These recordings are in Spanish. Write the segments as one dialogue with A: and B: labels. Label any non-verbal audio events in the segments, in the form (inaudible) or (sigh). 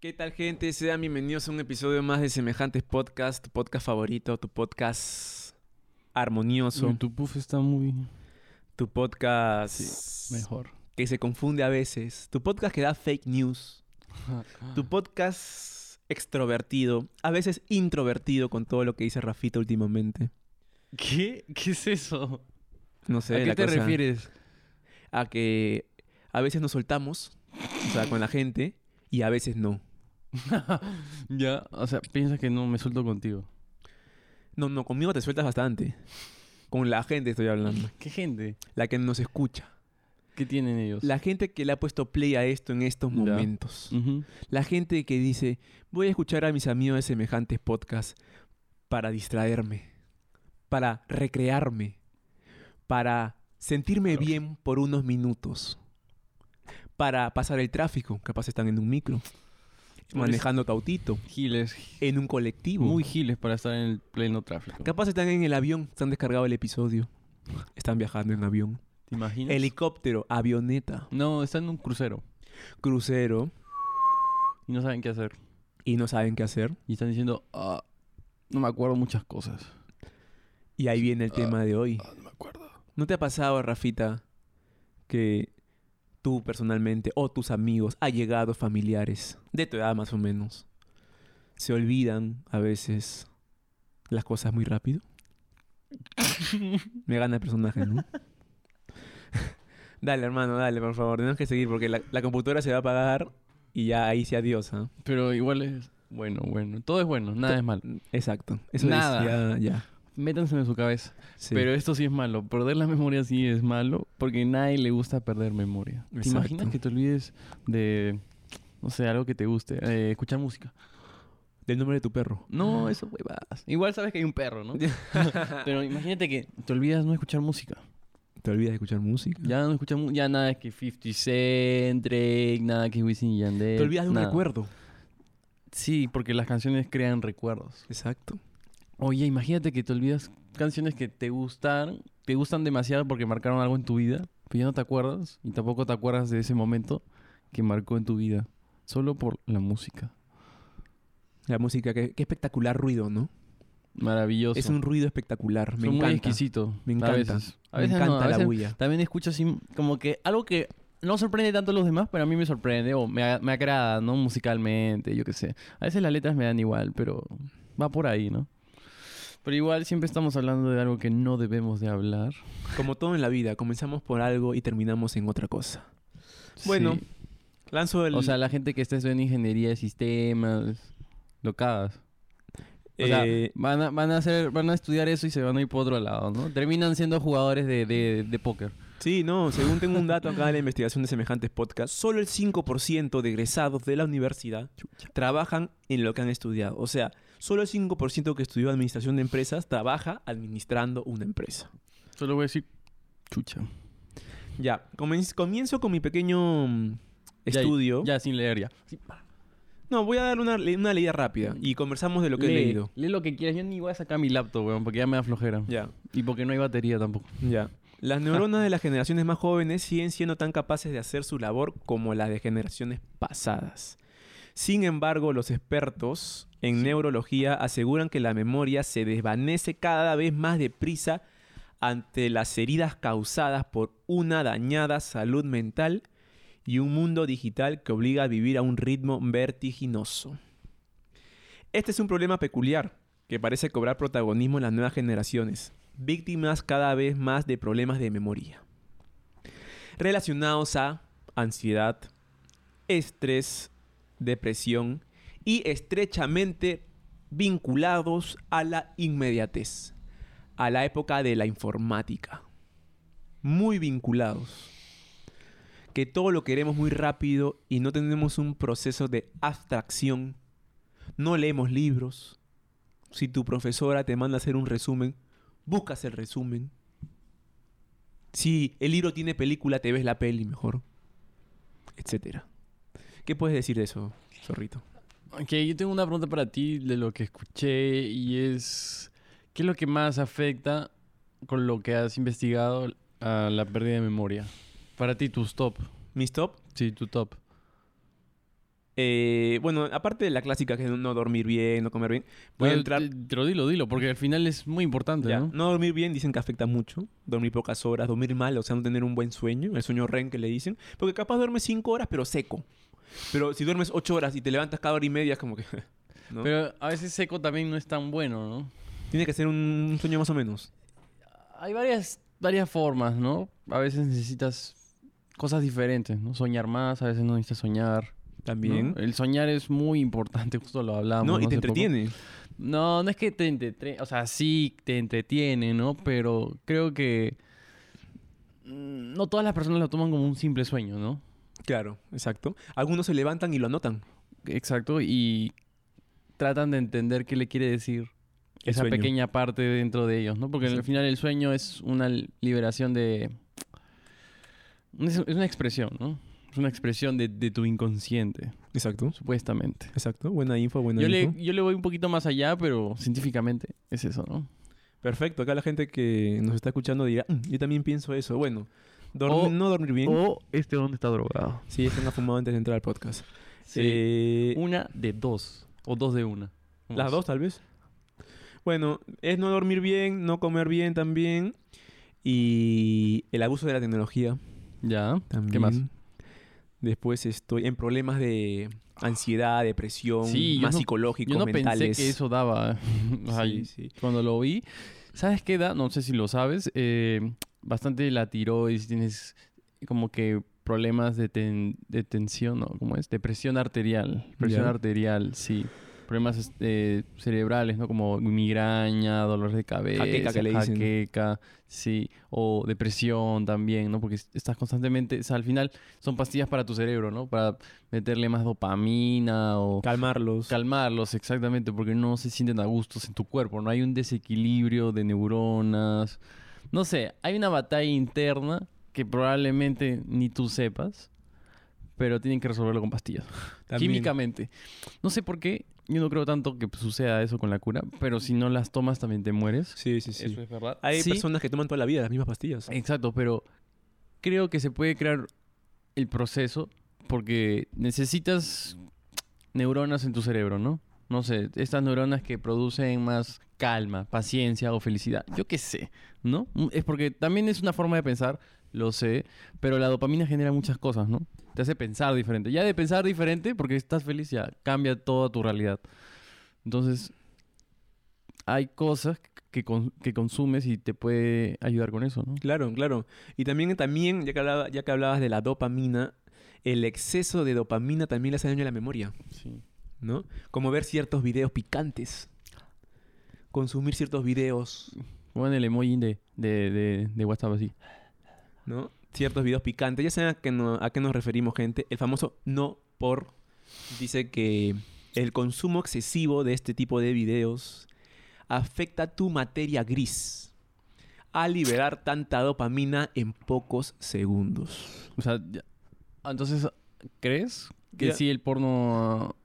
A: ¿Qué tal, gente? Sean bienvenidos a un episodio más de Semejantes Podcast, tu podcast favorito, tu podcast armonioso,
B: Uy, Mm, tu puff está muy
A: tu podcast
B: mejor.
A: que se confunde a veces, tu podcast que da fake news,
B: Ah.
A: tu podcast extrovertido, a veces introvertido con todo lo que dice Rafita últimamente.
B: ¿Qué? ¿Qué es eso?
A: No sé,
B: ¿A qué
A: la
B: te
A: cosa-
B: refieres?
A: A que a veces nos soltamos, o sea, con la gente, y a veces no.
B: ya, o sea, piensa que no me suelto contigo.
A: No, no, conmigo te sueltas bastante. Con la gente estoy hablando,
B: ¿Qué gente?
A: la que nos escucha.
B: ¿Qué tienen ellos?
A: La gente que le ha puesto play a esto en estos
B: Ya. Mm.
A: momentos.
B: Ujú.
A: La gente que dice, voy a escuchar a mis amigos de semejantes podcasts para distraerme, para recrearme, para sentirme
B: Claro.
A: bien por unos minutos, para pasar el tráfico, capaz están en un micro, manejando tu autito,
B: Giles.
A: en un colectivo,
B: Muy giles para estar en el pleno tráfico.
A: capaz están en el avión, están descargado el episodio, están viajando en avión,
B: ¿Te imaginas?
A: helicóptero, avioneta,
B: No, están en un crucero
A: crucero
B: y no saben qué hacer.
A: y no saben qué hacer.
B: Y están diciendo, ah, no me acuerdo muchas cosas.
A: Y ahí viene el
B: Ah,
A: tema de hoy.
B: Ah, no me acuerdo.
A: ¿No te ha pasado, Rafita, que tú personalmente o tus amigos, allegados, familiares, de tu edad más o menos, se olvidan a veces las cosas muy rápido?
B: (laughs)
A: Me gana el personaje, ¿no? (laughs) dale, hermano, dale, por favor. Tenemos que seguir porque la, la computadora se va a apagar y ya ahí sí adiós, ¿ah?
B: Pero igual es bueno, bueno. Todo es bueno, nada
A: To-
B: es malo.
A: Exacto. Eso es,
B: Nada.
A: ya,
B: Métanse en su cabeza.
A: ya. Sí.
B: Pero esto sí es malo. Perder la memoria sí es malo porque nadie le gusta perder memoria. ¿Te
A: Exacto.
B: imaginas que te olvides de, no sé, algo que te guste? Eh, escuchar música.
A: Del nombre de tu perro. Ah.
B: No, eso huevas. Igual sabes que hay un
A: (laughs)
B: perro, ¿no? (laughs) Pero imagínate que te olvidas no escuchar música.
A: Te olvidas de escuchar música.
B: Ya no escuchas mu- ya nada que 50 Cent, Drake, nada que Wisin y Yandel.
A: Te olvidas de un
B: nada.
A: recuerdo.
B: Sí, porque las canciones crean recuerdos.
A: Exacto.
B: Oye, imagínate que te olvidas canciones que te gustaron, te gustan demasiado porque marcaron algo en tu vida, pero ya no te acuerdas y tampoco te acuerdas de ese momento que marcó en tu vida, solo por la música.
A: La música, qué, qué espectacular ruido, ¿no?
B: Maravilloso.
A: Es un ruido espectacular. Me
B: Son muy
A: encanta.
B: exquisito.
A: Me
B: A
A: encanta.
B: veces, A
A: Me
B: veces no,
A: encanta
B: a
A: la
B: veces
A: bulla.
B: También escucho así como que algo que no sorprende tanto a los demás, pero a mí me sorprende o me, a- me agrada, ¿no? Musicalmente, yo qué sé. A veces las letras me dan igual, pero va por ahí, ¿no? Pero igual siempre estamos hablando de algo que no debemos de hablar.
A: Como todo en la vida, comenzamos por algo y terminamos en otra cosa. Bueno,
B: Sí.
A: lanzo el.
B: O sea, la gente que está estudiando ingeniería de sistemas, locadas. O sea,
A: eh,
B: van a, van, a hacer, van a estudiar eso y se van a ir por otro lado, ¿no? Terminan siendo jugadores de, de, de póker.
A: sí, no, según tengo un dato acá de la investigación de semejantes podcasts, solo el 5% de egresados de la universidad trabajan en lo que han estudiado. O sea, solo el 5% que estudió administración de empresas trabaja administrando una empresa.
B: Solo voy a decir, chucha.
A: Ya, comenz- comienzo con mi pequeño mm,
B: Ya,
A: estudio.
B: Ya, sin leer, ya.
A: No, voy a dar una, le- una leída rápida y conversamos de lo que
B: lee,
A: he leído.
B: Lee lo que quieras. Yo ni voy a sacar mi laptop, weón, porque ya me da flojera.
A: Ya,
B: Y porque no hay batería tampoco.
A: ya. Las neuronas de las generaciones más jóvenes siguen siendo tan capaces de hacer su labor como las de generaciones pasadas. Sin embargo, los expertos en neurología aseguran que la memoria se desvanece cada vez más deprisa ante las heridas causadas por una dañada salud mental y un mundo digital que obliga a vivir a un ritmo vertiginoso. Este es un problema peculiar que parece cobrar protagonismo en las nuevas generaciones, víctimas cada vez más de problemas de memoria, relacionados a ansiedad, estrés, depresión y estrechamente vinculados a la inmediatez, a la época de la informática. Muy vinculados. Que todo lo queremos muy rápido y no tenemos un proceso de abstracción. No leemos libros. Si tu profesora te manda a hacer un resumen, buscas el resumen. Si el libro tiene película, te ves la peli mejor. Etcétera. ¿Qué puedes decir de eso, zorrito?
B: Ok, yo tengo una pregunta para ti de lo que escuché y es... ¿Qué es lo que más afecta con lo que has investigado a la pérdida de memoria? Para ti, tus top.
A: Mis top.
B: Sí, tu top.
A: Eh, bueno, aparte de la clásica que es no dormir bien, no comer bien, voy a
B: Pero,
A: entrar...
B: eh, Pero dilo, dilo, porque al final es muy importante,
A: ya.
B: ¿no?
A: No dormir bien dicen que afecta mucho. Dormir pocas horas, dormir mal, o sea, no tener un buen sueño. El sueño REM que le dicen. Porque capaz duermes cinco horas, pero seco. Pero si duermes ocho horas y te levantas cada hora y media, es como que... (laughs) ¿no?
B: Pero a veces seco también no es tan bueno, ¿no?
A: Tiene que ser un sueño más o menos.
B: Hay varias, varias formas, ¿no? A veces necesitas cosas diferentes, ¿no? Soñar más, a veces no necesitas soñar. ¿no?
A: También.
B: El soñar es muy importante, (laughs) justo lo
A: No,
B: hablamos.
A: y te
B: Eh, hace poco.
A: entretiene.
B: No, no es que te entretiene, o sea, sí te entretiene, ¿no? Pero creo que mm, no todas las personas lo toman como un simple sueño, ¿no?
A: Claro, exacto. Algunos se levantan y lo anotan.
B: Exacto, y tratan de entender qué le quiere decir
A: El
B: esa
A: sueño.
B: pequeña parte dentro de ellos, ¿no? Porque al
A: Exacto.
B: final el sueño es una li- liberación de... Es, es una expresión, ¿no? Es una expresión de, de tu inconsciente,
A: Exacto.
B: supuestamente.
A: Exacto. Buena info, buena
B: Yo
A: info.
B: le, yo le voy un poquito más allá, pero científicamente es eso, ¿no?
A: Perfecto. Acá la gente que nos está escuchando dirá, "Mm, yo también pienso eso. Bueno, dormir-
B: O-
A: no dormir bien.
B: O este donde está drogado.
A: Sí, es que no ha fumado antes de entrar al podcast.
B: Sí.
A: Eh,
B: una de dos, o dos de una. ¿Cómo
A: Las
B: es?
A: dos, tal vez. Bueno, es no dormir bien, no comer bien también. Y el abuso de la tecnología
B: Ya,
A: también.
B: ¿qué más?
A: Después estoy en problemas de ansiedad, depresión,
B: Sí, yo
A: más
B: no-
A: psicológicos,
B: Yo no
A: mentales.
B: pensé que eso daba. (laughs) Ay,
A: Sí, sí.
B: Cuando lo vi, ¿sabes qué da? No sé si lo sabes. eh, bastante la tiroides, tienes como que problemas de, ten- de tensión, ¿no? ¿Cómo es? De presión arterial. Presión
A: Ya.
B: arterial, sí. Problemas este, cerebrales, ¿no? Como migraña, dolor de cabeza,
A: Jaqueca que le dicen.
B: jaqueca, sí. O depresión también, ¿no? Porque estás constantemente, o sea, al final son pastillas para tu cerebro, ¿no? Para meterle más dopamina o
A: Calmarlos.
B: calmarlos exactamente porque no se sienten a gustos en tu cuerpo, no hay un desequilibrio de neuronas. No sé, hay una batalla interna que probablemente ni tú sepas, pero tienen que resolverlo con pastillas,
A: también.
B: químicamente. No sé por qué, yo no creo tanto que suceda eso con la cura, pero si no las tomas también te mueres.
A: Sí, sí, Eh, sí.
B: es verdad.
A: Hay
B: Sí,
A: personas que toman toda la vida las mismas pastillas.
B: Exacto, pero creo que se puede crear el proceso porque necesitas neuronas en tu cerebro, ¿no? No sé, estas neuronas que producen más calma, paciencia o felicidad. Yo qué sé, ¿no? Mm, Es porque también es una forma de pensar, lo sé, pero la dopamina genera muchas cosas, ¿no? Te hace pensar diferente. Ya de pensar diferente, porque estás feliz, ya cambia toda tu realidad. Entonces, hay cosas que, con- que consumes y te puede ayudar con eso, ¿no?
A: Claro, claro. Y también, también ya, que hablaba- ya que hablabas de la dopamina, el exceso de dopamina también le hace daño a la memoria.
B: Sí.
A: ¿no? Como ver ciertos videos picantes. Consumir ciertos videos,
B: Pongan el emoji de, de, de, de WhatsApp así.
A: ¿no? Ciertos videos picantes. Ya saben a qué, no- a qué nos referimos, gente. El famoso no por dice que el consumo excesivo de este tipo de videos afecta tu materia gris al liberar tanta dopamina en pocos segundos.
B: O sea, ya- ah, entonces, ¿crees que
A: Ya.
B: sí el porno...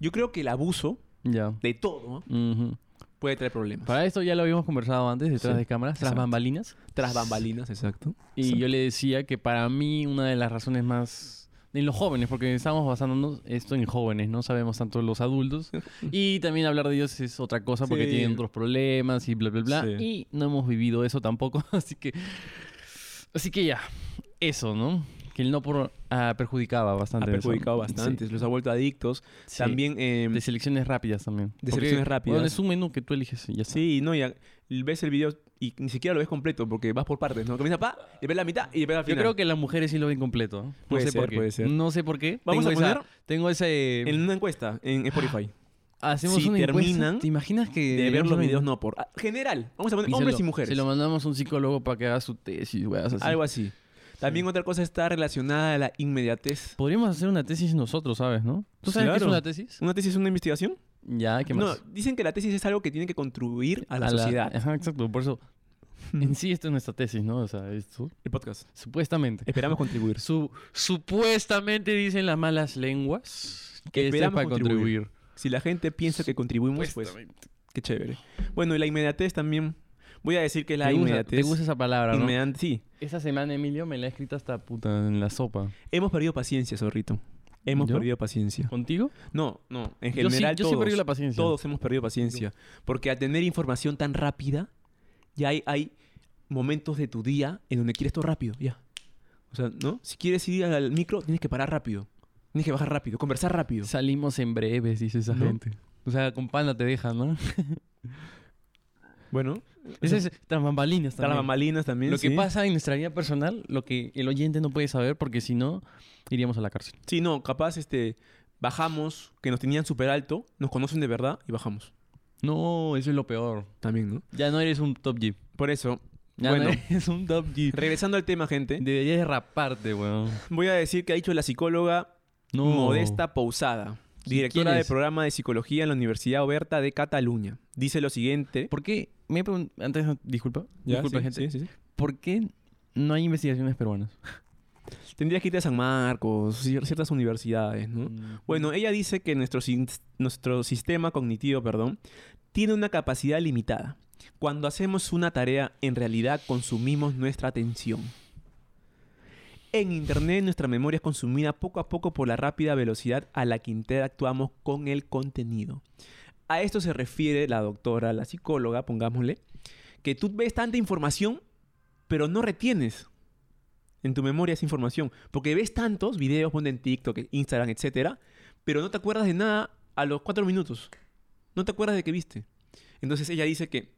A: Yo creo que el abuso
B: Ya.
A: de todo
B: Ujú.
A: puede traer problemas.
B: Para esto ya lo habíamos conversado antes, detrás
A: Sí.
B: de cámaras, tras
A: Exacto.
B: bambalinas.
A: Tras bambalinas, exacto.
B: Y yo le decía que para mí una de las razones más... En los jóvenes, porque estamos basándonos esto en jóvenes, no sabemos tanto
A: (laughs)
B: los adultos. Y también hablar de ellos es otra cosa porque
A: Sí.
B: tienen otros problemas y bla, bla, bla.
A: Sí.
B: Y no hemos vivido eso tampoco, (laughs) así que... Así que ya, eso, ¿no? Que el no por ah, perjudicaba
A: ha
B: bastante. eso.
A: perjudicado
B: Sí,
A: bastante, los ha vuelto adictos.
B: sí.
A: También em,
B: De selecciones rápidas también.
A: De
B: Porque,
A: selecciones rápidas.
B: bueno, es un menú que tú eliges y ya está.
A: Sí, no, y a- y ves el video y ni siquiera lo ves completo porque vas por partes, ¿no? Comienza pa, y ves la mitad y ves al
B: Yo
A: final.
B: creo que las mujeres sí lo ven completo. ¿no? No
A: Puede
B: sé
A: ser,
B: por qué.
A: puede ser.
B: No sé por qué.
A: Vamos
B: tengo
A: a
B: esa- em, ah,
A: poner
B: tengo ese...
A: en una encuesta en Spotify
B: Hacemos
A: si
B: una encuesta.
A: terminan
B: ¿Te imaginas que...
A: de ver los
B: Ay,
A: videos no por ah, general, vamos a poner
B: se
A: hombres
B: lo-
A: y mujeres.
B: Se lo mandamos a un psicólogo para que haga su tesis, weas, así.
A: Algo así. También otra cosa está relacionada a la inmediatez.
B: Podríamos hacer una tesis nosotros, ¿sabes, no? ¿Tú sabes qué es
A: Claro.
B: una tesis?
A: ¿Una tesis es una investigación?
B: Ya, ¿qué
A: No,
B: más?
A: dicen que la tesis es algo que tiene que contribuir a la sociedad.
B: Ajá, exacto. Por eso, en sí esto es nuestra tesis, ¿no? O sea, esto...
A: El podcast.
B: Supuestamente.
A: Esperamos contribuir.
B: Su- supuestamente dicen las malas lenguas que esto es
A: Esperamos
B: para contribuir.
A: Si la gente piensa que contribuimos, pues
B: Supuestamente.
A: qué chévere. Bueno, y la inmediatez también. Voy a decir que la
B: te, gusta,
A: inmediatez.
B: te gusta esa palabra, ¿no?
A: inmedian- sí,
B: Esa semana Emilio me la ha escrito hasta puta en la sopa.
A: Hemos perdido paciencia, zorrito. Hemos
B: ¿Yo?
A: perdido paciencia.
B: ¿Contigo?
A: No, no. En
B: Yo sí-
A: general,
B: yo sí he
A: todos,
B: perdido la paciencia.
A: todos hemos perdido paciencia. Porque al tener información tan rápida, ya hay, hay momentos de tu día en donde quieres todo rápido, ya. O sea, ¿no? Si quieres ir al micro, tienes que parar rápido. Tienes que bajar rápido, conversar rápido.
B: Salimos en breves, dice esa
A: ¿No?
B: gente. O sea, con panda te dejan, ¿no?
A: Bueno,
B: Ese es tras bambalinas
A: están las
B: también.
A: mamalinas también.
B: Lo que
A: sí.
B: pasa en nuestra vida personal, lo que el oyente no puede saber, porque si no, iríamos a la cárcel.
A: Sí, no, capaz este, bajamos, que nos tenían súper alto, nos conocen de verdad y bajamos.
B: No, eso es lo peor.
A: También, ¿no?
B: Ya no eres un top G.
A: Por eso,
B: Ya
A: bueno,
B: no eres un top G.
A: regresando al tema, gente,
B: Deberías raparte, weón.
A: voy a decir que ha dicho la psicóloga
B: No.
A: Modesta Pousada,
B: ¿Qui-
A: directora
B: quién
A: del
B: es?
A: programa de psicología en la Universidad Oberta de Cataluña. Dice lo siguiente.
B: ¿Por qué? Me pregun- Antes, disculpa.
A: Ya,
B: disculpa,
A: sí,
B: gente.
A: sí, sí,
B: ¿Por qué no hay investigaciones peruanas?
A: sí. Tendrías que irte a San Marcos, cier- ciertas universidades, ¿no? Bueno, ella dice que nuestro, sin- nuestro sistema cognitivo, perdón, tiene una capacidad limitada. Cuando hacemos una tarea, en realidad consumimos nuestra atención. En Internet nuestra memoria es consumida poco a poco por la rápida velocidad a la que interactuamos con el contenido. A esto se refiere la doctora, la psicóloga, pongámosle, que tú ves tanta información, pero no retienes en tu memoria esa información. Porque ves tantos videos, ponte en TikTok, Instagram, etcétera, pero no te acuerdas de nada a los cuatro minutos. No te acuerdas de que viste. Entonces ella dice que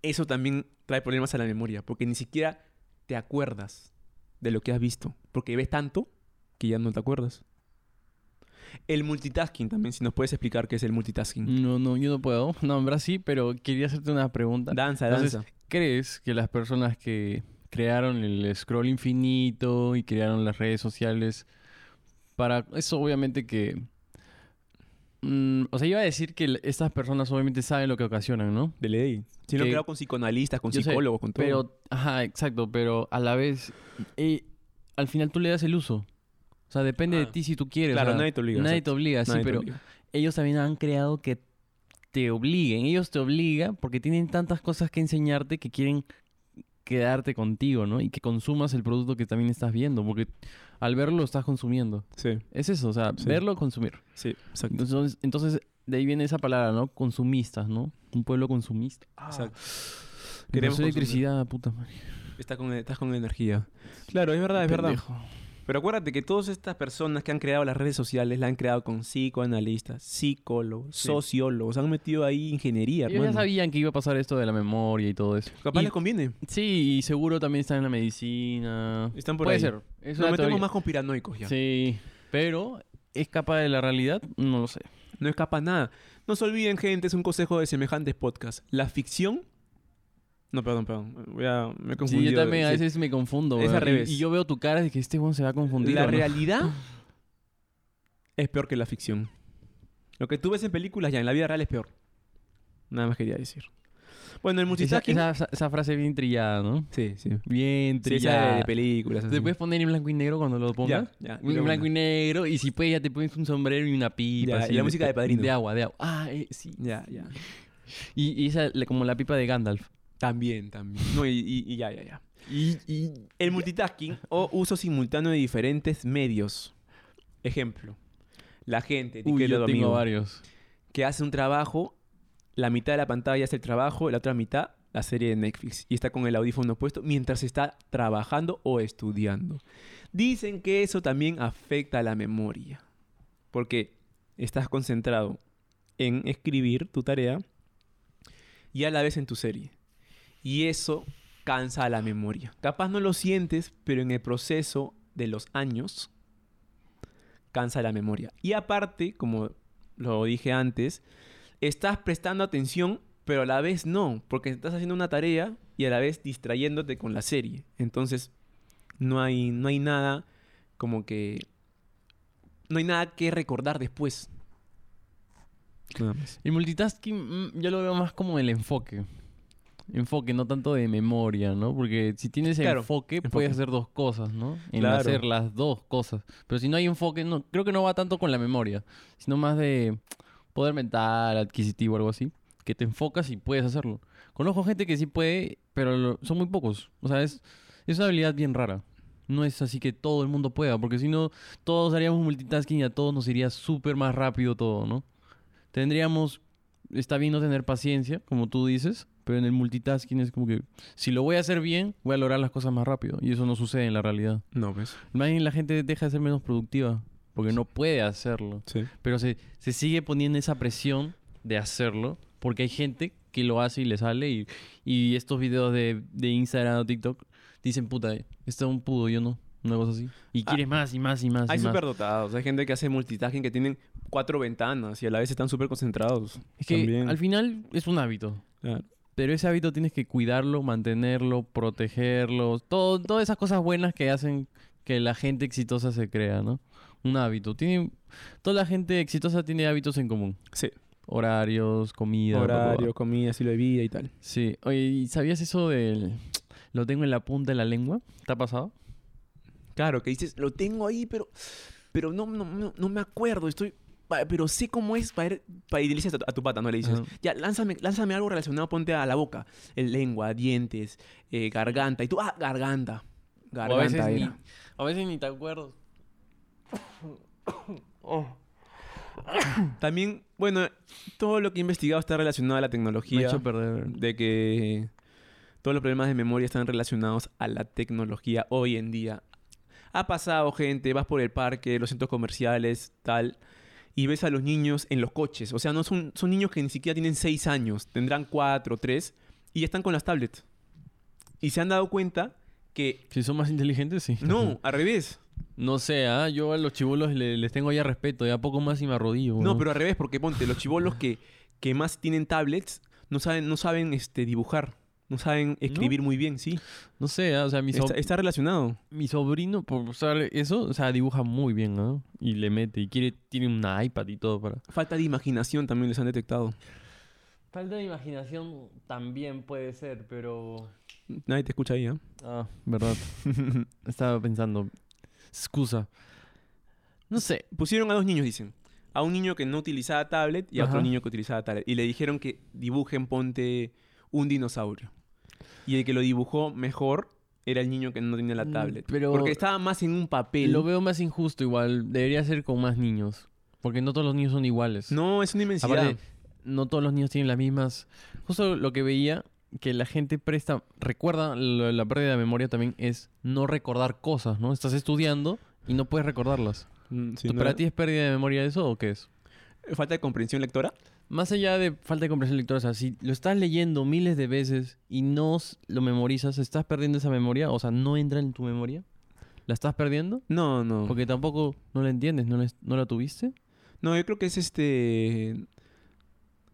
A: eso también trae problemas a la memoria, porque ni siquiera te acuerdas de lo que has visto, porque ves tanto que ya no te acuerdas. El multitasking también, si nos puedes explicar qué es el multitasking.
B: No, no, yo no puedo. No, en verdad sí, pero quería hacerte una pregunta.
A: Danza,
B: Entonces,
A: danza.
B: ¿Crees que las personas que crearon el scroll infinito y crearon las redes sociales para eso obviamente que mm, o sea, iba a decir que l- estas personas obviamente saben lo que ocasionan, ¿no?
A: de ley. Si lo
B: que-
A: creo con psicoanalistas, con
B: Yo sé,
A: psicólogos, con todo.
B: Pero ajá, exacto, pero a la vez eh, al final tú le das el uso. O sea, depende de
A: Ah.
B: ti si tú quieres.
A: claro,
B: o sea,
A: nadie te obliga.
B: nadie
A: exacto.
B: te obliga, sí,
A: Nadie te
B: pero
A: obliga.
B: ellos también han creado que te obliguen. Ellos te obligan porque tienen tantas cosas que enseñarte que quieren quedarte contigo, ¿no? Y que consumas el producto que también estás viendo, porque al verlo estás consumiendo.
A: Sí,
B: Es eso, o sea,
A: Sí.
B: verlo, consumir.
A: sí, exacto.
B: Entonces, entonces, de ahí viene esa palabra, ¿no? Consumistas, ¿no? Un pueblo consumista.
A: exacto.
B: Queremos
A: Ah, Queremos consumir.
B: electricidad, puta madre.
A: Está con, estás con energía. Claro, es verdad, Ah, es verdad.
B: Pendejo.
A: Pero acuérdate que todas estas personas que han creado las redes sociales la han creado con psicoanalistas, psicólogos,
B: Sí.
A: sociólogos, han metido ahí ingeniería,
B: Ellos ya
A: hermano.
B: sabían que iba a pasar esto de la memoria y todo eso.
A: Capaz
B: Y-
A: les conviene.
B: Sí, y seguro también están en la medicina.
A: Están por
B: Puede
A: ahí.
B: ser. Es
A: Nos
B: una
A: metemos
B: teoría.
A: más con piranoicos ya.
B: Sí, pero ¿es capaz de la realidad? No lo sé.
A: No escapa nada. No se olviden, gente, es un consejo de semejantes podcasts. La ficción... No, perdón, perdón. Voy a... Me he
B: Sí,
A: confundido.
B: yo también a
A: Sí.
B: veces me confundo.
A: Es
B: weón.
A: al
B: Y-
A: revés.
B: Y, yo veo tu cara de que este weón se va a confundir.
A: La
B: ¿o no?
A: realidad es peor que la ficción. Lo que tú ves en películas ya en la vida real es peor. Nada más quería decir. Bueno, el
B: Esa,
A: multitasking...
B: esa- esa frase bien trillada, ¿no?
A: Sí, sí.
B: Bien
A: Sí, esa de,
B: trillada.
A: de películas.
B: te
A: así.
B: puedes poner en blanco y negro cuando lo pongas.
A: Ya, ya.
B: En blanco y negro, y si puedes, ya te pones un sombrero y una pipa.
A: Ya, y
B: así,
A: la música de Padrino.
B: De agua, de agua. Ah, eh, sí.
A: Ya, ya.
B: Y, y esa, le- como la pipa de Gandalf.
A: También, también. No, y, y- y ya, ya, ya.
B: Y,
A: El multitasking o uso simultáneo de diferentes medios. Ejemplo. La gente,
B: Uy,
A: etiqueta
B: yo
A: de
B: tengo
A: amigo,
B: varios.
A: que hace un trabajo, la mitad de la pantalla hace el trabajo, la otra mitad la serie de Netflix. Y está con el audífono puesto mientras está trabajando o estudiando. Dicen que eso también afecta a la memoria. Porque estás concentrado en escribir tu tarea y a la vez en tu serie. Y eso cansa a la memoria. Capaz no lo sientes, pero en el proceso de los años cansa la memoria. Y aparte, como lo dije antes, estás prestando atención, pero a la vez no, porque estás haciendo una tarea y a la vez distrayéndote con la serie. Entonces, no hay, no hay nada como que... No hay nada que recordar después. Nada más.
B: El multitasking mm, yo lo veo más como el enfoque. Enfoque, no tanto de memoria, ¿no? Porque si tienes
A: Claro,
B: enfoque,
A: enfoque.
B: puedes hacer dos cosas, ¿no? En
A: Claro.
B: hacer las dos cosas. Pero si no hay enfoque, no, creo que no va tanto con la memoria, sino más de poder mental, adquisitivo, algo así. Que te enfocas y puedes hacerlo. Conozco gente que sí puede, pero lo- son muy pocos. O sea, es, es una habilidad bien rara. no es así que todo el mundo pueda, porque si no, todos haríamos multitasking y a todos nos iría súper más rápido todo, ¿no? Tendríamos, está bien no tener paciencia, como tú dices, pero en el multitasking es como que si lo voy a hacer bien, voy a lograr las cosas más rápido, y eso no sucede en la realidad.
A: No, pues.
B: Más bien la gente deja de ser menos productiva, porque no puede hacerlo,
A: Sí.
B: pero se, se sigue poniendo esa presión de hacerlo, porque hay gente que lo hace y le sale, y, y estos videos de, de Instagram o TikTok dicen, puta, este es un pudo, yo no. Una cosa así. Y
A: Ah.
B: quieres más y más y más.
A: Hay
B: y más.
A: superdotados, hay gente que hace multitasking que tienen cuatro ventanas y a la vez están súper concentrados.
B: Es que
A: También.
B: al final es un hábito.
A: Claro.
B: Pero ese hábito tienes que cuidarlo, mantenerlo, protegerlo. Todo, todas esas cosas buenas que hacen que la gente exitosa se crea, ¿no? Un hábito. Tiene, toda la gente exitosa tiene hábitos en común.
A: Sí.
B: Horarios, comida. bla, bla, bla.
A: Horario, comida, estilo de vida y tal.
B: Sí. Oye, ¿y sabías eso del... Lo tengo en la punta de la lengua? ¿Te ha pasado?
A: Claro, que dices, lo tengo ahí, pero, pero no, no, no, no me acuerdo, estoy... pa- Pero sé cómo es para ir, para ir- le dices a tu, a tu pata, ¿no? Le dices,
B: Ajá.
A: ya, lánzame, lánzame algo relacionado, ponte a la boca. El lengua, dientes, eh, garganta. Y tú, ah, garganta.
B: O a veces
A: Garganta
B: ni-
A: era.
B: a veces ni te acuerdas.
A: También, bueno, todo lo que he investigado está relacionado a la
B: Me he
A: tecnología.
B: hecho perder.
A: de que todos los problemas de memoria están relacionados a la tecnología hoy en día. Ha pasado gente, vas por el parque, los centros comerciales, tal, y ves a los niños en los coches. O sea, no son, son niños que ni siquiera tienen 6 años, tendrán 4, 3, y ya están con las tablets. Y se han dado cuenta (laughs) que
B: Si son más inteligentes, sí.
A: no, al revés.
B: (laughs) No sé, ¿ah? yo a los chibolos le- les tengo ya respeto, ya poco más y me arrodillo.
A: No,
B: weón.
A: pero al revés, porque ponte, los chivolos que, que más tienen tablets no saben, no saben este, dibujar, no saben escribir muy bien, sí.
B: No sé, ¿ah? o sea, mi, so-
A: Está- está relacionado.
B: mi sobrino, por usar eso, o sea, dibuja muy bien, ¿no? Y le mete, y quiere, tiene una iPad y todo para...
A: Falta de imaginación también les han detectado.
B: Falta de imaginación también puede ser, pero...
A: Nadie te escucha ahí, ¿ah?
B: Ah, verdad. (laughs) Estaba pensando. Excusa. No sé.
A: Pusieron a dos niños, dicen. A un niño que no utilizaba tablet y a otro
B: Ajá.
A: niño que utilizaba tablet. Y le dijeron que dibujen, ponte un dinosaurio. Y el que lo dibujó mejor era el niño que no tenía la
B: Mm,
A: tablet.
B: pero-
A: Porque estaba más en un papel.
B: eh, Lo veo más injusto igual. Debería ser con más niños. Porque no todos los niños son iguales.
A: No, es una inmensidad.
B: Aparte, no todos los niños tienen las mismas. Justo lo que veía que la gente presta, recuerda lo- la pérdida de memoria también es no recordar cosas, ¿no? Estás estudiando y no puedes recordarlas.
A: Mm, sí,
B: ¿Tú-
A: no-
B: ¿Para ti es pérdida de memoria eso o qué es?
A: ¿Falta de comprensión lectora?
B: Más allá de falta de comprensión lectora, o sea, si lo estás leyendo miles de veces y no s- lo memorizas, ¿estás perdiendo esa memoria? O sea, ¿no entra en tu memoria? ¿La estás perdiendo?
A: No, no.
B: Porque tampoco no la entiendes, no, la es- no la tuviste.
A: No, yo creo que es este...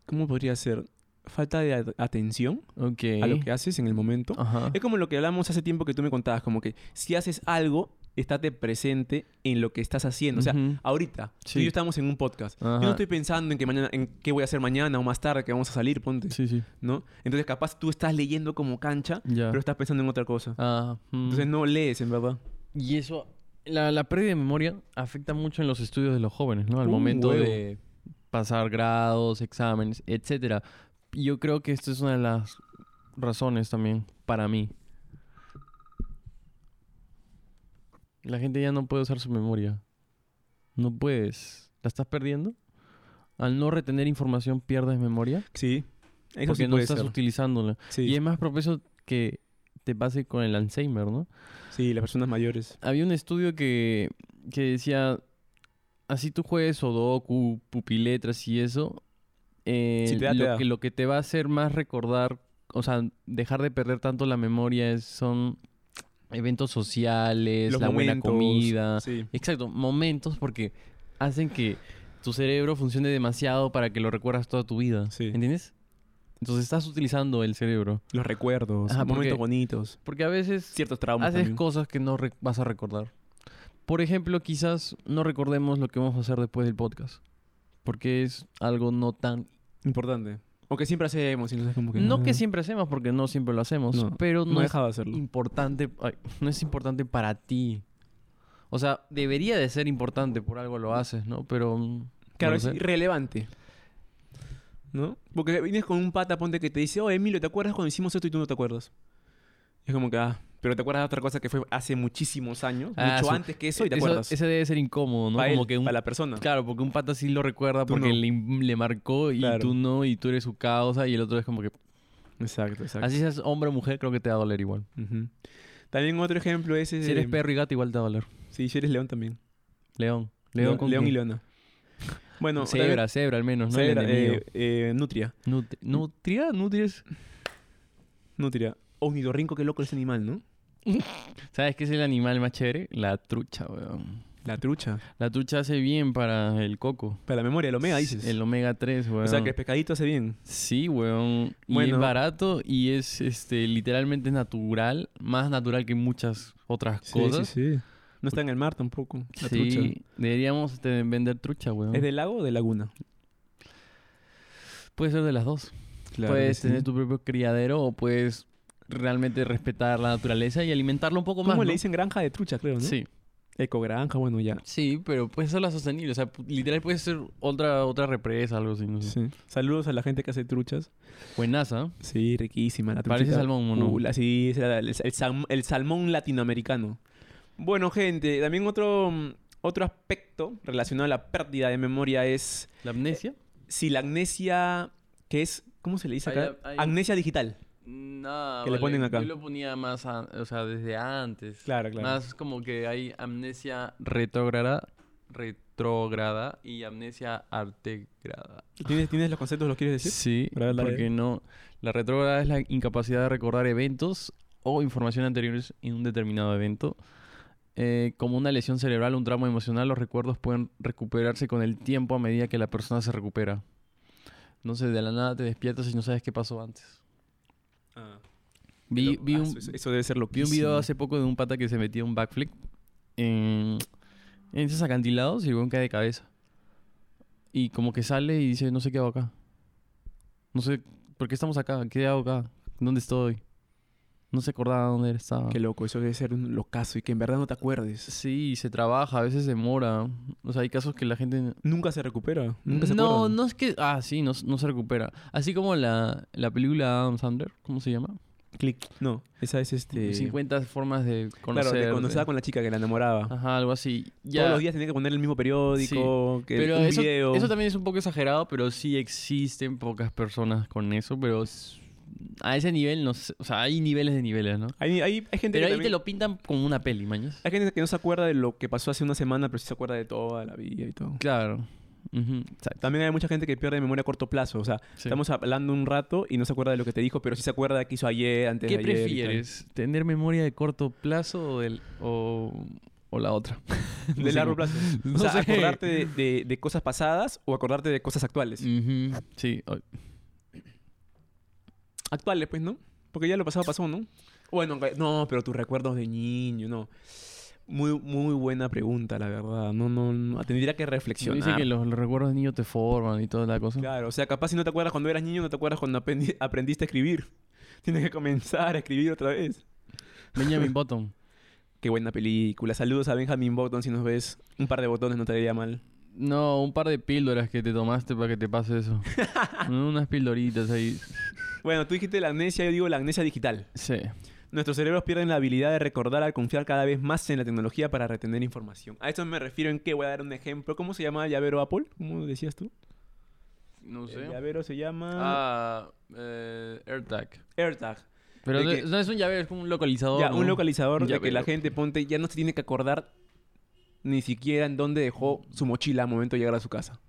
A: ¿Cómo podría ser? Falta de a- atención
B: Ok.
A: a lo que haces en el momento.
B: Ajá.
A: Es como lo que hablamos hace tiempo que tú me contabas, como que si haces algo, estate presente en lo que estás haciendo. O sea,
B: Ujú.
A: ahorita, tú
B: Sí.
A: y yo estamos en un podcast.
B: Ajá.
A: Yo no estoy pensando en que mañana, en qué voy a hacer mañana o más tarde que vamos a salir, ponte,
B: Sí, sí.
A: ¿no? Entonces capaz tú estás leyendo como cancha,
B: Ya.
A: pero estás pensando en otra cosa.
B: Ah, mm.
A: Entonces no lees, en verdad.
B: Y eso, la, la pérdida de memoria afecta mucho en los estudios de los jóvenes, ¿no? Al
A: Un
B: momento
A: Uh, huevo.
B: de pasar grados, exámenes, etcétera. Y Yo creo que esta es una de las razones también para mí. La gente ya no puede usar su memoria. No puedes. ¿La estás perdiendo? Al no retener información pierdes memoria
A: Sí. Eso sí
B: porque no
A: puede
B: estás
A: ser.
B: utilizándola. Y em
A: Sí.
B: es más propenso que te pase con el Alzheimer, ¿no?
A: sí, las personas mayores.
B: Había un estudio que, que decía, así tú juegues Sudoku, pupiletras y eso, eh,
A: Si te da, te
B: lo,
A: da.
B: Que, lo que te va a hacer más recordar, o sea, dejar de perder tanto la memoria es- son eventos sociales, la buena
A: momentos,
B: comida.
A: Sí.
B: Exacto, momentos porque hacen que tu cerebro funcione demasiado para que lo recuerdas toda tu vida.
A: Sí.
B: ¿Entiendes? Entonces estás utilizando el cerebro.
A: Los recuerdos,
B: Ajá, porque-
A: momentos bonitos,
B: Porque a veces
A: ciertos traumas
B: Haces
A: también.
B: cosas que no re- vas a recordar. Por ejemplo, quizás no recordemos lo que vamos a hacer después del podcast. Porque es algo no tan...
A: Importante. O que siempre hacemos, entonces como que...
B: No que
A: ah,
B: siempre hacemos, porque no siempre lo hacemos.
A: No,
B: pero
A: No
B: no
A: he
B: es,
A: dejado de hacerlo.
B: importante, ay, no es importante para ti. O sea, debería de ser importante, por algo lo haces, ¿no? Pero... mm,
A: Claro,
B: no
A: es
B: sé.
A: irrelevante. ¿No? Porque vienes con un pata, ponte que te dice, oh, Emilio, ¿te acuerdas cuando hicimos esto y tú no te acuerdas? Y es como que, ah, Pero te acuerdas de otra cosa que fue hace muchísimos años,
B: Ah,
A: mucho
B: su-
A: antes que eso, y te
B: Eso-
A: acuerdas.
B: Ese debe ser incómodo, ¿no?
A: Para
B: Como
A: él,
B: que un...
A: para la persona.
B: (laughs) Claro, porque un pata sí lo recuerda
A: Tú
B: porque
A: no.
B: le, le marcó y
A: Claro.
B: tú no, y tú eres su causa, y el otro es como que...
A: Exacto, exacto.
B: Así seas hombre o mujer, creo que te va a doler igual.
A: Ujú. También otro ejemplo es...
B: Si
A: eh,
B: eres perro y gato, igual te va a doler.
A: Sí, si eres león también.
B: León. León, con
A: León
B: qué?
A: y leona. (laughs) Bueno, también-
B: Cebra, cebra al menos, ¿no? El
A: cebra,
B: enemigo.
A: eh, eh, nutria,
B: Nut- nutria, nutria es...
A: nutria. Ornitorrinco, qué loco ese animal, ¿no?
B: ¿Sabes qué es el animal más chévere? La trucha, weón.
A: La trucha.
B: La trucha hace bien para el coco.
A: Para la memoria, el omega dices.
B: El omega 3, weón.
A: O sea, que el pescadito hace bien.
B: Sí, weón. Y
A: Bueno.
B: es barato y es este literalmente es natural, más natural que muchas otras cosas.
A: sí. No está en el mar tampoco, la
B: Sí,
A: trucha.
B: deberíamos este, vender trucha, weón.
A: ¿Es del lago o de laguna?
B: Puede ser de las dos.
A: Claro
B: puedes
A: que
B: tener
A: sí.
B: tu propio criadero o puedes realmente respetar la naturaleza y alimentarlo un poco
A: ¿Cómo
B: más.
A: le
B: ¿no?
A: dicen granja de trucha, creo, no?
B: Sí.
A: Ecogranja, bueno, ya.
B: Sí, pero pues puede ser la sostenible. O sea, pu- literal puede ser otra, otra represa, algo así. No sé.
A: Sí. Saludos a la gente que hace truchas.
B: Buenaza.
A: Sí, riquísima la truchita.
B: Parece salmón, ¿o no?
A: Uh, la- sí, es la- el, el salm- el salmón latinoamericano. Bueno, gente, también otro, mm, otro aspecto relacionado a la pérdida de memoria es
B: ¿La amnesia?
A: si la amnesia, que es, ¿cómo se le dice
B: Hay-
A: acá?
B: hay-
A: Amnesia digital.
B: No,
A: Que le ponen acá.
B: Yo lo ponía más, a- o sea, desde antes.
A: Claro, claro.
B: Más como que hay amnesia retrógrada, retrógrada y amnesia artegrada.
A: ¿Tienes, ¿Tienes los conceptos, los quieres decir?
B: Sí,
A: ¿Para la
B: porque
A: red?
B: no. La retrógrada es la incapacidad de recordar eventos o información anteriores en un determinado evento. Eh, como una lesión cerebral, un trauma emocional, los recuerdos pueden recuperarse con el tiempo a medida que la persona se recupera. No sé, de la nada te despiertas y no sabes qué pasó antes.
A: Ah,
B: Vi,
A: lo-
B: vi
A: ah,
B: un,
A: eso- eso, eso debe ser lo
B: Vi un video hace poco de un pata que se metía un backflip en, en esos acantilados y luego cae de cabeza. Y como que sale y dice, no sé qué hago acá. No sé, ¿por qué estamos acá? ¿Qué hago acá? ¿Dónde estoy? No se acordaba dónde estaba.
A: Qué loco, eso debe ser un locazo y que en verdad no te acuerdes.
B: Sí, se trabaja, a veces demora. O sea, hay casos que la gente...
A: Nunca se recupera, nunca se
B: no,
A: acuerdan.
B: no es que... Ah, sí, no, no se recupera. Así como la, la película de Adam Sandler, ¿cómo se llama?
A: Click. No, esa es este...
B: 50 formas de
A: Claro,
B: conocer.
A: de cuando estaba con la chica que la enamoraba.
B: Ajá, algo así. Ya.
A: Todos los días tenía que poner el mismo periódico, que
B: pero
A: un
B: eso,
A: video.
B: eso también es un poco exagerado, pero sí existen pocas personas con eso, pero s- a ese nivel no sé, o sea, hay niveles de niveles, ¿no?
A: hay, hay- hay gente
B: Pero
A: que
B: ahí te
A: también-
B: lo pintan como una peli, mañas.
A: hay gente que no se acuerda de lo que pasó hace una semana, pero sí se acuerda de toda la vida y todo.
B: Claro. Ujú, exacto,
A: También hay mucha gente que pierde memoria a corto plazo. O sea,
B: sí.
A: estamos hablando un rato y no se acuerda de lo que te dijo, pero sí se acuerda de que hizo ayer, antes
B: ¿Qué
A: de ayer. y tal.
B: prefieres? ¿Tener memoria de corto plazo o, del, o, o la otra?
A: (laughs)
B: No
A: De
B: sé
A: largo
B: cómo.
A: plazo.
B: No
A: o sea,
B: sé.
A: acordarte de, de- de cosas pasadas o acordarte de cosas actuales.
B: Ujú, Sí, o-
A: Actuales, pues, ¿no? Porque ya lo pasado pasó, ¿no? Bueno, aunque- no, pero tus recuerdos de niño, no. Muy, muy buena pregunta, la verdad. No, no, no. Tendría que reflexionar.
B: dice que los, los recuerdos de niño te forman y toda la cosa.
A: Claro, o sea, capaz si no te acuerdas cuando eras niño, no te acuerdas cuando aprendi- aprendiste a escribir. (laughs) Tienes que comenzar a escribir otra vez.
B: Benjamin Button.
A: Qué buena película. Saludos a Benjamin Button si nos ves. Un par de botones no te haría mal.
B: No, un par de píldoras que te tomaste para que te
A: (laughs)
B: pase eso. Unas pildoritas ahí.
A: Bueno, tú dijiste la amnesia, yo digo la amnesia digital.
B: Sí.
A: Nuestros cerebros pierden la habilidad de recordar al confiar cada vez más en la tecnología para retener información. A esto me refiero en que voy a dar un ejemplo. ¿Cómo se llama el llavero Apple? ¿Cómo decías tú?
B: No
A: El llavero se llama
B: Ah, eh, AirTag.
A: AirTag.
B: Pero
A: ¿De
B: no-
A: qué?
B: no es un llavero, es como un localizador.
A: Ya,
B: ¿no?
A: un localizador
B: Ya
A: de que la
B: veo.
A: gente ponte ya no se tiene que acordar ni siquiera en dónde dejó su mochila al momento de llegar a su casa.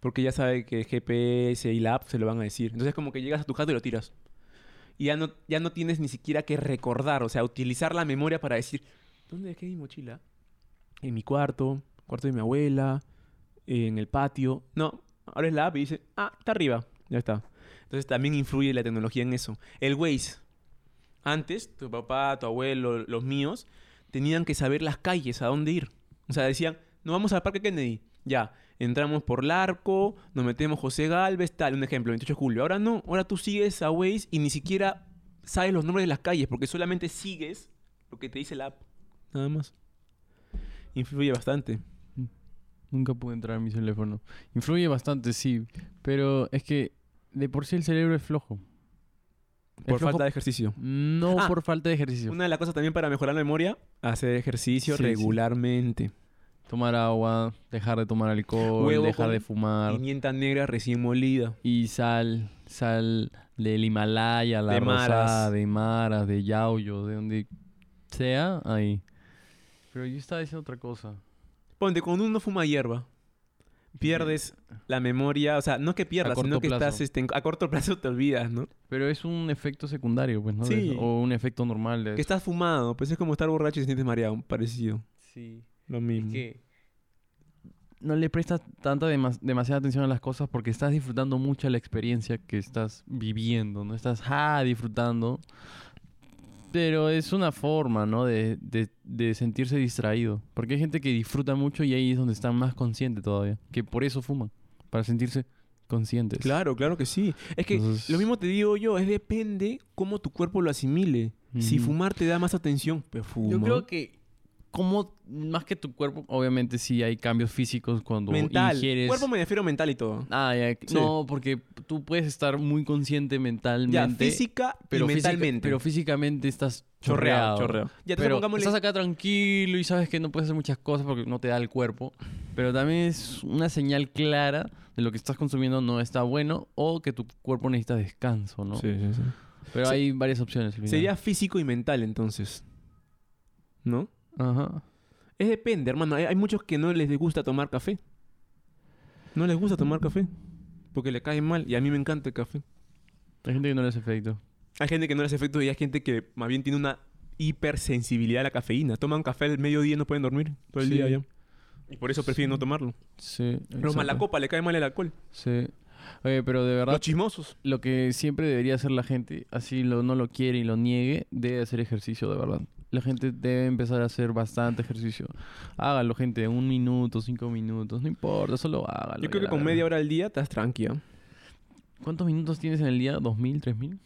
A: Porque ya sabe que el GPS y la app se lo van a decir. Entonces como que llegas a tu casa y lo tiras. Y ya no, ya no tienes ni siquiera que recordar, o sea, utilizar la memoria para decir, ¿dónde dejé mi mochila? En mi cuarto, cuarto de mi abuela, en el patio. No, ahora es la app y dice, ah, está arriba, ya está. Entonces también influye la tecnología en eso. El Waze. Antes, tu papá, tu abuelo, los míos, tenían que saber las calles, a dónde ir. O sea, decían, no vamos al Parque Kennedy. Ya, entramos por Larco, nos metemos José Galvez, tal, un ejemplo, 28 de julio. Ahora no, ahora tú sigues a Waze y ni siquiera sabes los nombres de las calles, porque solamente sigues lo que te dice la app. Nada más. Influye bastante.
B: Nunca pude entrar en mi teléfono. Influye bastante, sí. Pero es que de por sí el cerebro es flojo.
A: Por
B: flojo-
A: falta de ejercicio.
B: No
A: Ah.
B: por falta de ejercicio.
A: Una de las cosas también para mejorar la memoria, hacer ejercicio
B: Sí, sí.
A: regularmente.
B: Tomar agua, dejar de tomar alcohol,
A: Huevo
B: dejar
A: con
B: de fumar.
A: Pimienta negra recién molida.
B: Y sal, sal del Himalaya, la
A: De
B: rosada,
A: Maras.
B: de Maras, de Yaoyo, de donde sea, ahí. Pero yo estaba diciendo otra cosa.
A: Ponte, cuando uno fuma hierba, pierdes la memoria. O sea, no que pierdas,
B: corto
A: sino que
B: plazo.
A: estás este, en- a corto plazo te olvidas, ¿no?
B: Pero es un efecto secundario, pues, ¿no? De-
A: Sí.
B: O un efecto normal. de
A: Que
B: eso.
A: estás fumado. Pues es como estar borracho y te sientes mareado. Parecido.
B: Sí.
A: Lo
B: Es
A: mismo.
B: que no le prestas tanta demas- demasiada atención a las cosas porque estás disfrutando mucho la experiencia que estás viviendo, ¿no? Estás ah, disfrutando. Pero es una forma, ¿no? De, de- de sentirse distraído. Porque hay gente que disfruta mucho y ahí es donde están más conscientes todavía. Que por eso fuman. Para sentirse conscientes.
A: Claro, claro que sí. Es que
B: Entonces-
A: lo mismo te digo yo, es depende cómo tu cuerpo lo asimile. Si
B: Ujú.
A: fumar te da más atención, pues fuma.
B: Yo creo que como más que tu cuerpo, obviamente sí hay cambios físicos cuando
A: mental.
B: ingieres...
A: Cuerpo me refiero mental y todo.
B: Ah, ya.
A: Sí.
B: No, porque tú puedes estar muy consciente mentalmente.
A: Ya, física
B: pero
A: y
B: física-
A: mentalmente.
B: pero físicamente estás
A: chorreado,
B: chorreado.
A: chorreado. Ya te
B: Pero
A: pongámosle...
B: estás acá tranquilo y sabes que no puedes hacer muchas cosas porque no te da el cuerpo. Pero también es una señal clara de lo que estás consumiendo no está bueno o que tu cuerpo necesita descanso, ¿no?
A: Sí, sí, sí.
B: Pero
A: Se-
B: hay varias opciones. al final.
A: Sería físico y mental entonces. ¿No?
B: Ajá.
A: Es depende, hermano. Hay, hay muchos que no les gusta tomar café. No les gusta tomar café. Porque le cae mal. Y a mí me encanta el café.
B: Hay gente que no le hace efecto.
A: Hay gente que no les hace efecto y hay gente que más bien tiene una hipersensibilidad a la cafeína. Toman café al mediodía y no pueden dormir todo el
B: Sí.
A: día ya. Y por eso prefieren no tomarlo.
B: Sí.
A: Los malacopa le cae mal el alcohol.
B: Sí. Oye, pero de verdad
A: Los chismosos.
B: lo que siempre debería hacer la gente, así lo, no lo quiere y lo niegue, debe hacer ejercicio, de verdad. La gente debe empezar a hacer bastante ejercicio. Hágalo, gente, un minuto, cinco minutos, no importa, solo hágalo.
A: Yo creo
B: ya
A: que
B: la
A: con
B: verdad.
A: media hora al día estás tranquila.
B: ¿Cuántos minutos tienes en el día? ¿Dos mil, tres mil?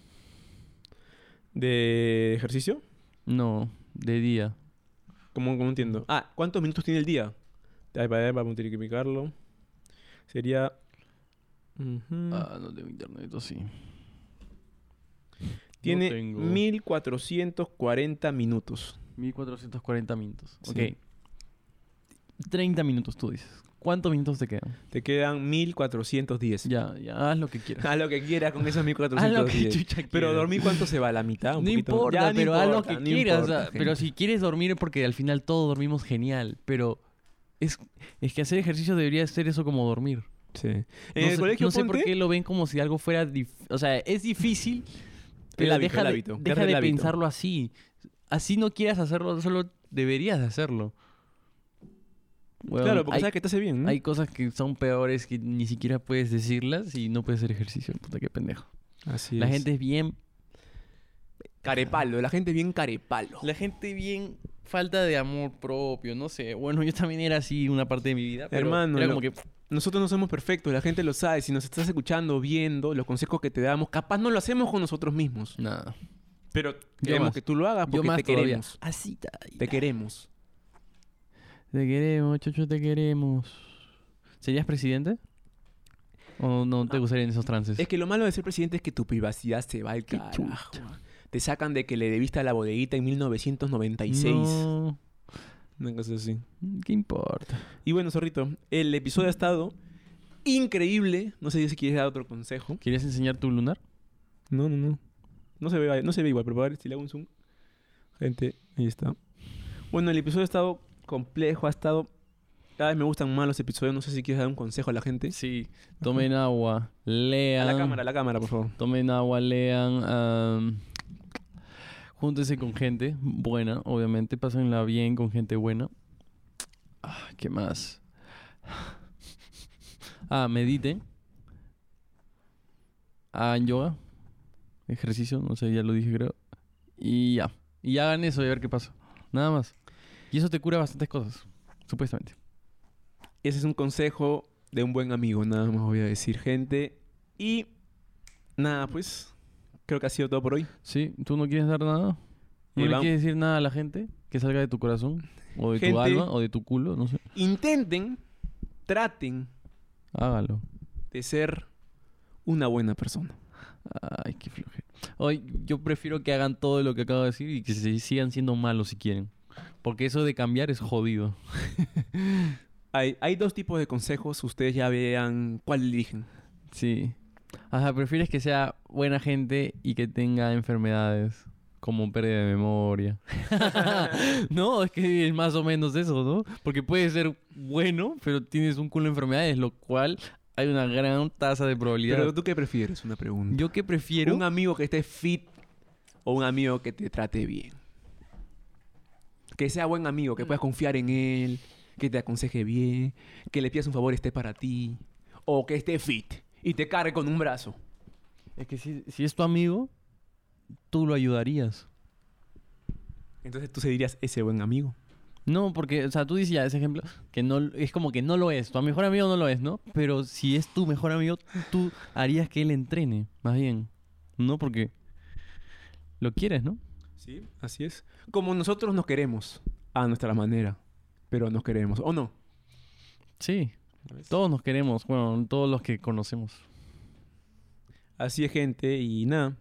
A: ¿De ejercicio?
B: No, de día.
A: ¿Cómo, cómo entiendo? Ah, ¿cuántos minutos tiene el día? Ay, Para, para multiplicarlo. Sería... Ujú.
B: Ah, no tengo internet, o sí.
A: tiene
B: tengo.
A: 1440 minutos.
B: 1440 minutos.
A: Sí.
B: Ok. 30 minutos, tú dices. ¿Cuántos minutos te quedan?
A: Te quedan 1410.
B: Ya, ya, haz lo que
A: (laughs)
B: quieras.
A: Haz lo que quieras con esos
B: (laughs) Haz lo que
A: 1410.
B: chucha
A: Pero
B: quieras.
A: dormir cuánto se va, la mitad, un
B: No
A: poquito.
B: importa,
A: Ya, no
B: pero haz lo
A: importa,
B: que
A: no
B: quieras. o sea,
A: importa,
B: pero
A: gente.
B: si quieres dormir, porque al final todos dormimos genial. Pero es, es que hacer ejercicio debería ser eso como dormir.
A: Sí. En
B: no
A: el
B: sé,
A: colegio
B: no sé por
A: ponte,
B: qué lo ven como si algo fuera. dif- O sea, es difícil, pero
A: hábito,
B: deja,
A: el
B: de-
A: hábito,
B: deja
A: pierde el
B: de
A: hábito.
B: pensarlo así. Así no quieras hacerlo, solo deberías de hacerlo. Weón,
A: Claro, porque ¿Mm?
B: hay,
A: sabes que te hace bien. ¿no?
B: hay cosas que son peores que ni siquiera puedes decirlas y no puedes hacer ejercicio. Puta, qué pendejo.
A: Así
B: La
A: es.
B: gente es bien
A: Carepalo, la gente bien carepalo.
B: La gente bien falta de amor propio, no sé. Bueno, yo también era así una parte de mi vida, pero
A: Hermano,
B: era
A: lo-
B: como que
A: Nosotros no somos perfectos, la gente lo sabe. Si nos estás escuchando, viendo los consejos que te damos, capaz no lo hacemos con nosotros mismos.
B: nada.
A: Pero queremos
B: más.
A: que tú lo hagas Ah,
B: Yo
A: porque
B: más
A: te
B: todavía.
A: queremos.
B: Así ta-
A: Te queremos.
B: Te queremos, chocho, te queremos. ¿Serías presidente? ¿O no te gustaría en esos trances?
A: Es que lo malo de ser presidente es que tu privacidad se va al
B: Qué
A: carajo. Te sacan de que le debiste a la bodeguita en 1996.
B: No,
A: Una cosa así.
B: ¿Qué importa?
A: Y bueno, zorrito, el episodio ha estado increíble. No sé si quieres dar otro consejo.
B: ¿Quieres enseñar tu lunar?
A: No, no, no. No se ve, no se ve igual, pero a ver si le hago un zoom. Gente, ahí está. Bueno, el episodio ha estado complejo, ha estado... Cada vez me gustan más los episodios. No sé si quieres dar un consejo a la gente.
B: Sí. Tomen agua,
A: A
B: lean.
A: la cámara, a la cámara, por favor.
B: Tomen agua, lean. am, júntense con gente buena, obviamente. Pásenla bien con gente buena. Ah, ¿Qué más? Ah, mediten. Hagan Ah, yoga. Ejercicio, no sé, ya lo dije, creo. Y ya. Y hagan eso y a ver qué pasa. Nada más. Y eso te cura bastantes cosas, supuestamente.
A: Ese es un consejo de un buen amigo, nada más voy a decir, gente. Y nada, pues creo que ha sido todo por hoy.
B: ¿Sí? ¿Tú no quieres dar nada? ¿No
A: Eh,
B: le
A: vam-
B: quieres decir nada a la gente que salga de tu corazón? O de tu
A: Gente-
B: alma, o de tu culo, no sé.
A: Intenten, traten
B: Hágalo.
A: de ser una buena persona.
B: Ay, qué flojera. Hoy yo prefiero que hagan todo lo que acabo de decir y que se sigan siendo malos si quieren. Porque eso de cambiar es jodido.
A: Hay, hay dos tipos de consejos, ustedes ya vean cuál eligen.
B: Sí. Ajá, prefieres que sea buena gente y que tenga enfermedades como pérdida de memoria. (laughs) no, es que es más o menos eso, ¿no? Porque puede ser bueno, pero tienes un culo de enfermedades, lo cual hay una gran tasa de probabilidad.
A: Pero tú qué prefieres, una pregunta.
B: yo que prefiero
A: ¿Un amigo que esté fit o un amigo que te trate bien? Que sea buen amigo, que puedas confiar en él, que te aconseje bien, que le pidas un favor y esté para ti. O que esté fit y te cargue con un brazo.
B: Es que si, si es tu amigo, tú lo ayudarías.
A: Entonces tú se dirías ese buen amigo.
B: No, porque, o sea, tú dices ya ese ejemplo, que no, es como que no lo es, tu mejor amigo no lo es, ¿no? Pero si es tu mejor amigo, tú harías que él entrene, más bien, ¿no? Porque lo quieres, ¿no?
A: Sí, así es. Como nosotros nos queremos, a nuestra manera, pero nos queremos, ¿o no?
B: Sí, todos nos queremos, bueno, todos los que conocemos.
A: Así es, gente, y nada.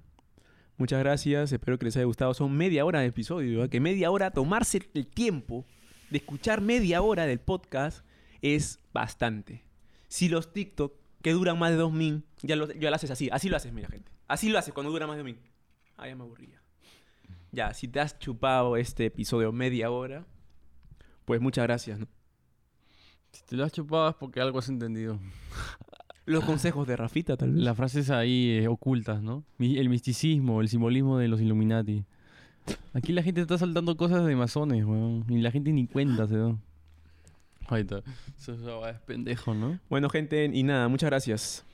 A: Muchas gracias, espero que les haya gustado. Son media hora de episodio, ¿verdad? que media hora, tomarse el tiempo de escuchar media hora del podcast es bastante. Si los TikTok que duran más de dos min, ya lo, ya lo haces así, así lo haces, mira, gente. Así lo haces cuando dura más de dos min. Ah, ya me aburría. Ya, si te has chupado este episodio media hora, pues muchas gracias. ¿no?
B: Si te lo has chupado es porque algo has entendido.
A: Los consejos de Rafita, tal vez.
B: Las frases ahí eh, ocultas, ¿no? Mi- El misticismo, el simbolismo de los Illuminati. Aquí la gente está saltando cosas de masones, weón. Y la gente ni cuenta se da. Ahí está. Eso es pendejo, ¿no?
A: Bueno, gente, y nada, muchas gracias.